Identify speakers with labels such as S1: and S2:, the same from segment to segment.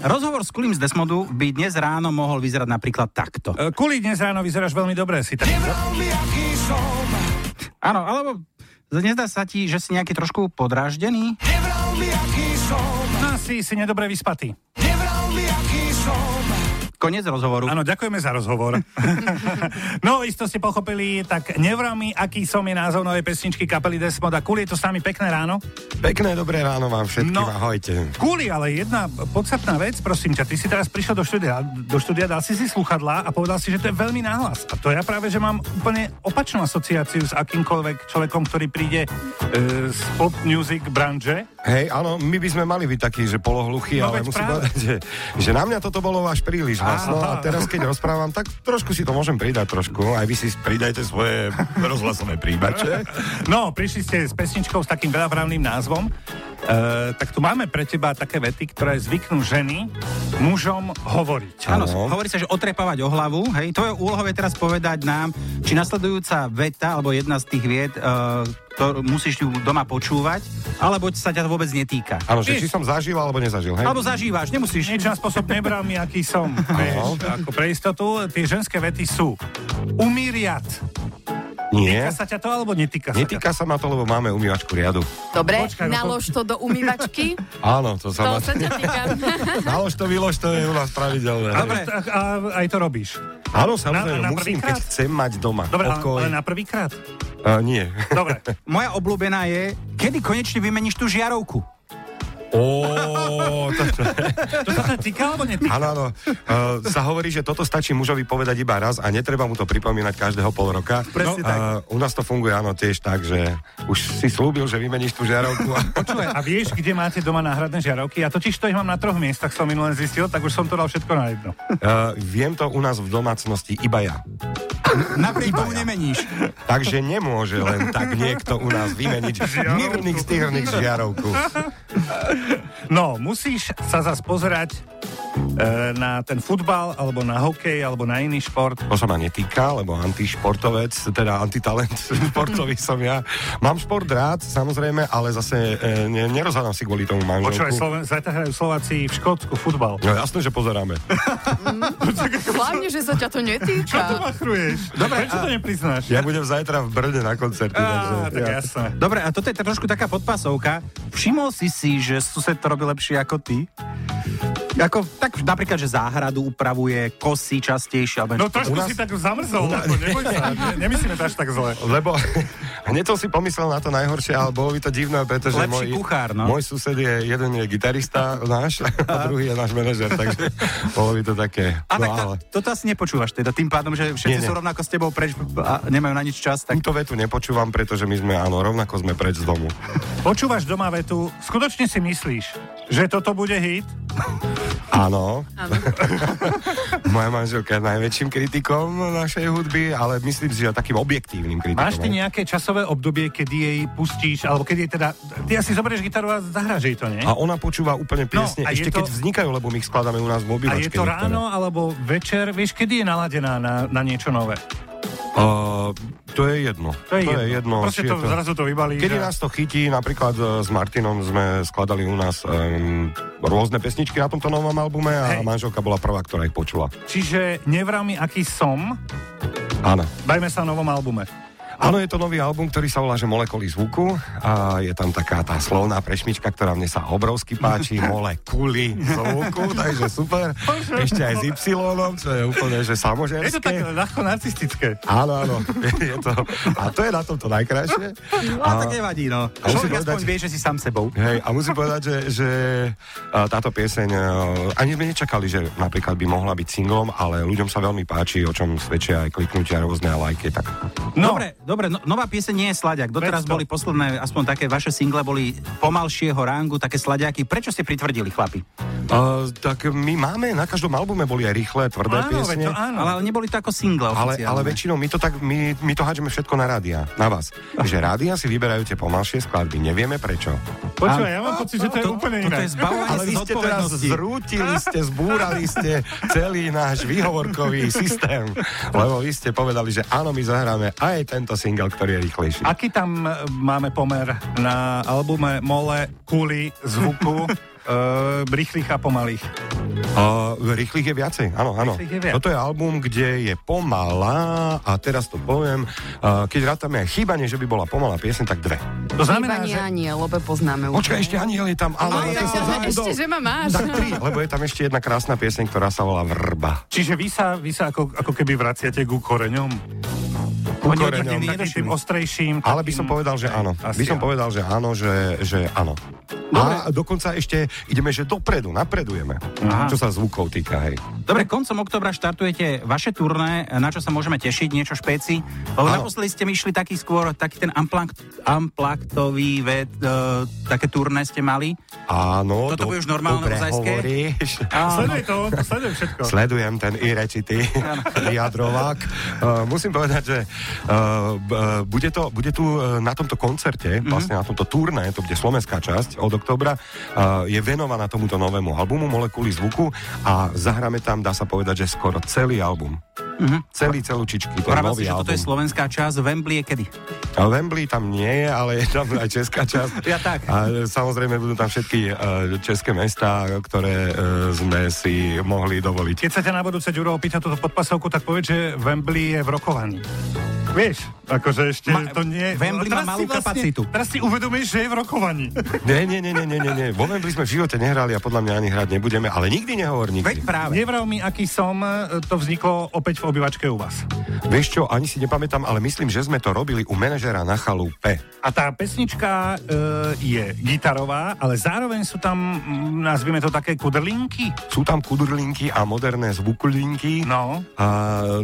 S1: Rozhovor s Kulim z Desmodu by dnes ráno mohol vyzerať napríklad takto.
S2: E, Kuli, dnes ráno vyzeráš veľmi dobre, si tak...
S1: Áno, alebo nezdá sa ti, že si nejaký trošku podráždený?
S2: No, si, si nedobre vyspatý.
S1: Konec rozhovoru.
S2: Áno, ďakujeme za rozhovor. no, isto ste pochopili, tak nevral mi, aký som je názov novej pesničky kapely Desmoda. Kuli, je to s nami pekné ráno.
S3: Pekné dobré ráno vám všetkým,
S2: No.
S3: no. ahojte.
S2: Kuli, ale jedna podstatná vec, prosím ťa, ty si teraz prišiel do štúdia, do štúdia dal si si sluchadlá a povedal si, že to je veľmi náhlas. A to ja práve, že mám úplne opačnú asociáciu s akýmkoľvek človekom, ktorý príde e, z pop music branže.
S3: Hej, áno, my by sme mali byť takí, že polohluchí,
S2: No
S3: ale
S2: veď
S3: musím
S2: práve.
S3: povedať, že, že na mňa toto bolo až príliš hlasno
S2: Aha.
S3: a teraz, keď rozprávam, tak trošku si to môžem pridať trošku. Aj vy si pridajte svoje rozhlasové príbače.
S2: No, prišli ste s pesničkou s takým veľavravným názvom. E, tak tu máme pre teba také vety, ktoré zvyknú ženy mužom hovoriť.
S1: Áno,
S3: Áno.
S1: hovorí sa, že otrepávať o hlavu. Hej, tvojou úlohou je teraz povedať nám, či nasledujúca veta, alebo jedna z tých viet, uh, to musíš ju doma počúvať, alebo sa ťa to vôbec netýka.
S3: Áno, že či som zažil alebo nezažil, hej?
S1: Alebo zažívaš, nemusíš.
S2: Niečo na spôsob nebral mi, aký som. Vieš, ako pre istotu, tie ženské vety sú umíriat. Týka
S3: Nie,
S2: sa ťa to alebo netýka sa ťa?
S3: netýka sa ma to, lebo máme umývačku riadu.
S4: Dobre,
S2: Počkaj, no to-
S4: nalož to do umývačky.
S3: Áno, to sa
S4: to
S3: ma...
S4: sa ťa týka.
S3: Nalož to, vylož to je u nás pravidelné.
S1: Dobre.
S2: A, a aj to robíš.
S3: Áno, samozrejme,
S2: Na- na
S3: musím,
S2: prvýkrát?
S3: keď chcem mať doma.
S2: Dobre, ale,
S3: pokoj.
S2: ale na prvýkrát.
S3: A, nie.
S2: Dobre.
S1: Moja obľúbená je, kedy konečne vymeníš tú žiarovku?
S3: Ó, to,
S2: To sa ťa týka alebo netýka?
S3: Áno, áno. Uh, sa hovorí, že toto stačí mužovi povedať iba raz a netreba mu to pripomínať každého pol roka.
S1: Presne
S3: no,
S1: tak.
S3: Uh, u nás to funguje, áno, tiež tak, že už si slúbil, že vymeníš tú žiarovku. A...
S2: Počúvaj, a vieš, kde máte doma náhradné žiarovky? Ja totiž to ich mám na troch miestach, som minulé zistil, tak už som to dal všetko na jedno.
S3: Uh, viem to u nás v domácnosti iba ja.
S1: Napriek tomu nemeníš.
S3: Takže nemôže len tak niekto u nás vymeniť mírnych stýrnych žiarovku.
S2: No, musíš sa zas pozerať e, na ten futbal, alebo na hokej, alebo na iný šport.
S3: To sa ma netýka, lebo antišportovec, teda antitalent športový som ja. Mám šport rád, samozrejme, ale zase e, ne, nerozhádam si kvôli tomu
S2: Počúvaj,
S3: manželku.
S2: Sloven- zajtra hrajú Slováci v Škótsku futbal.
S3: No jasné, že pozeráme.
S4: Hlavne, že sa ťa to netýka.
S2: Machruješ. Dobre, Prečo to nepriznáš?
S3: Ja budem zajtra v Brne na koncerte.
S2: Á, tak jasné.
S1: Dobre, a toto je trošku taká podpasovka. Všimol si si, že sused to robí lepšie ako ty? Ako, tak napríklad, že záhradu upravuje, kosy častejšie, alebo...
S2: No trošku
S3: U nás-
S2: si tak zamrzol, ako neboj sa, ne- nemyslíme to až tak zle.
S3: Lebo hneď som si pomyslel na to najhoršie, ale bolo by to divné, pretože
S1: Lepší
S3: môj,
S1: kuchár, no.
S3: môj sused je, jeden je gitarista náš a druhý je náš manažer, takže bolo by to také.
S1: a
S3: no
S1: tak to,
S3: ale
S1: toto asi nepočúvaš teda, tým pádom, že všetci
S3: Nie, nie.
S1: sú rovnako s tebou preč a nemajú na nič čas, tak...
S3: túto vetu nepočúvam, pretože my sme, áno, rovnako sme preč z domu.
S2: Počúvaš doma vetu, skutočne si myslíš, že toto bude hit?
S3: Áno,
S4: Áno.
S3: moja manželka je najväčším kritikom našej hudby, ale myslím si, že takým objektívnym kritikom.
S2: Máš ty nejaké časové obdobie, kedy jej pustíš, alebo kedy jej teda... Ty asi zoberieš gitaru a zahráš jej to, nie?
S3: A ona počúva úplne
S2: No,
S3: piesne,
S2: a je
S3: ešte
S2: to-
S3: keď vznikajú, lebo my ich skladáme u nás v
S2: A je
S3: obývačke.
S2: to
S3: niektoré.
S2: ráno alebo večer? Vieš, kedy je naladená na, na niečo nové?
S3: Uh, to je jedno.
S2: To je, jedno. Proste
S3: či je
S2: to, zrazu to vybalí.
S3: Kedy
S2: že-
S3: nás to chytí, napríklad e, s Martinom sme skladali u nás um, rôzne pesničky na tomto novom albume
S2: Hej.
S3: a manželka bola prvá, ktorá ich počula.
S2: Čiže nevrám mi, aký som.
S3: Áno.
S2: Bajme sa o novom albume.
S3: Áno, je to nový album, ktorý sa volá, že Molekuly zvuku a je tam taká tá slovná prešmička, ktorá mne sa obrovsky páči, molekuly zvuku, takže super. Ešte aj s Y, čo je úplne, že samožerské.
S2: Je to také ľahko narcistické.
S3: Áno, áno. Je to, a to je na tomto najkrajšie.
S1: A, tak nevadí, no.
S3: a musím
S1: Človek aspoň
S3: povedať-
S1: vie, že si sám sebou.
S3: Hej, a musím povedať, že, že a, táto pieseň, a, ani sme nečakali, že napríklad by mohla byť singlom, ale ľuďom sa veľmi páči, o čom svedčia aj kliknutia rôzne a lajky. Tak.
S2: No.
S1: Dobre, dobre, no, nová pieseň nie je sladiak. Doteraz
S2: Veď to.
S1: boli posledné, aspoň také vaše single boli pomalšieho rangu, také sladiaky. Prečo ste pritvrdili, chlapi?
S3: A, tak my máme, na každom albume boli aj rýchle, tvrdé
S2: Áno, veď
S3: piesne.
S2: to áno.
S1: Ale, ale neboli to ako single
S3: Ale,
S1: oficiálne.
S3: ale väčšinou my to tak, my, my to hádžeme všetko na rádia, na vás. Že rádia si vyberajú tie pomalšie skladby, nevieme prečo.
S2: Počúvaj, ja mám pocit, že to je úplne
S1: Toto
S2: iné.
S1: je zbavovanie
S3: Ale vy ste teraz
S1: zodpovednosti.
S3: zrútili ste, zbúrali ste celý náš výhovorkový systém, lebo vy ste povedali, že áno, my zahráme aj tento single, ktorý je rýchlejší.
S2: Aký tam e, máme pomer na albume Mole, Kuli, Zvuku Uh, rýchlych a pomalých.
S3: A rýchlych je viacej, áno, áno.
S2: Rýchlych je viac.
S3: Toto je album, kde je pomalá, a teraz to poviem, a keď rátame aj chýbanie, že by bola pomalá piesen, tak dve.
S2: To znamená,
S4: Iba
S2: že...
S4: nie, lebe poznáme už.
S3: Počkaj, ešte Aniel je tam, ale... na
S4: Ale
S3: to som
S4: ťa-
S3: zabudol.
S4: ešte, že ma máš.
S3: Tak tri, lebo je tam ešte jedna krásna pieseň, ktorá sa volá Vrba.
S2: Čiže vy sa, vy sa ako, ako keby vraciate ku koreňom. Ku
S3: koreňom.
S2: Takým tým ostrejším.
S3: Ale by
S2: takým-
S3: som povedal, že áno.
S2: Asi
S3: by som
S2: áno.
S3: povedal, že áno, že, že áno. A dokonca ešte ideme, že dopredu, napredujeme. Čo sa zvukov týka, hej.
S1: Dobre, koncom oktobra štartujete vaše turné, na čo sa môžeme tešiť, niečo špeci. Lebo
S3: Áno.
S1: naposledy ste mi išli taký skôr, taký ten amplakt, amplaktový ved, e, také turné ste mali.
S3: Áno,
S1: Toto
S3: do-
S1: bude už normálne
S3: dobre
S1: ozajské?
S3: hovoríš.
S1: Áno.
S2: Sleduj to, sleduj
S1: No.
S2: všetko.
S3: Sledujem ten irečitý jadrovák. Uh, musím povedať, že uh, b- uh, bude, to, bude tu uh, na tomto koncerte,
S1: Mhm.
S3: mm-hmm. vlastne na tomto turné, to bude slovenská časť od oktobra, uh, je venovaná tomuto novému albumu Molekuly zvuku a zahráme tam, dá sa povedať, že skoro celý album. Mm-hmm. Celý, celúčičky, to je
S1: Pravil Mhm.
S3: nový
S1: si, že
S3: album.
S1: toto je slovenská časť, Wembley je kedy?
S3: A Wembley tam nie je, ale je tam aj česká časť.
S1: Ja tak.
S3: A e, samozrejme budú tam všetky e, české mesta, ktoré e, sme si mohli dovoliť.
S2: Keď sa ťa na budúce Ďuro opýta túto podpasovku, tak povedz, že Wembley je v rokovaní. Vieš, akože ešte
S1: Ma-
S2: to nie...
S1: Wembley má
S2: Teraz
S1: malú
S2: si vlastne-
S1: kapacitu.
S2: Teraz si uvedomíš, že je v rokovaní.
S3: Nie, nie, nie, nie, nie, nie, nie. Vo Wembley sme v živote nehrali a podľa mňa ani hrať nebudeme, ale nikdy nehovor
S1: Veď
S3: nikdy.
S1: práve.
S2: Nevrav mi, aký som, e, to vzniklo opäť v obývačke u vás.
S3: Vieš čo, ani si nepamätám, ale myslím, že sme to robili u manažera na chalúpe.
S2: A tá pesnička e, je gitarová, ale zároveň sú tam, mm, nazvime to také kudrlinky.
S3: Sú tam kudrlinky a moderné zvukulinky.
S2: No.
S3: A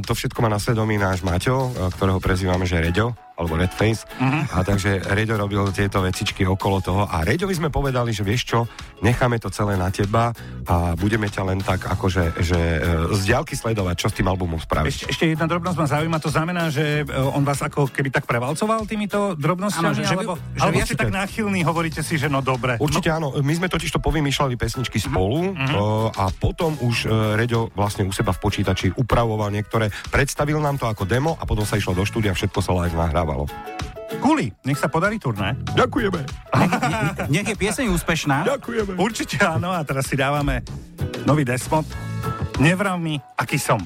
S3: to všetko má na svedomí náš Maťo, ktorého prezývame, že Reďo, alebo Redface. A takže Reďo robil tieto vecičky okolo toho a Reďovi sme povedali, že vieš čo, necháme to celé na teba a budeme ťa len tak akože že, e, z diaľky sledovať, čo s tým albumom
S2: Ešte,
S3: spravíš.
S2: ešte jedna drobnosť ma zaujíma, to znamená, že e, on vás ako keby tak prevalcoval týmito drobnosťami,
S1: Áno, že- že vy-
S2: alebo,
S1: že
S2: alebo
S1: vy
S2: ste
S1: určite-
S2: tak náchylní, hovoríte si, že no dobre.
S3: Určite áno, my sme totiž to povymýšľali pesničky spolu e, a potom už e, Reďo vlastne u seba v počítači upravoval niektoré, predstavil nám to ako demo a potom sa išlo do štúdia, všetko sa live nahrávalo.
S2: No, kuli, nech sa podarí turné.
S3: Ďakujeme,
S1: Nech je pieseň úspešná.
S3: ďakujeme.
S2: Určite áno, a teraz si dávame nový Desmod. Nevrav mi, aký som.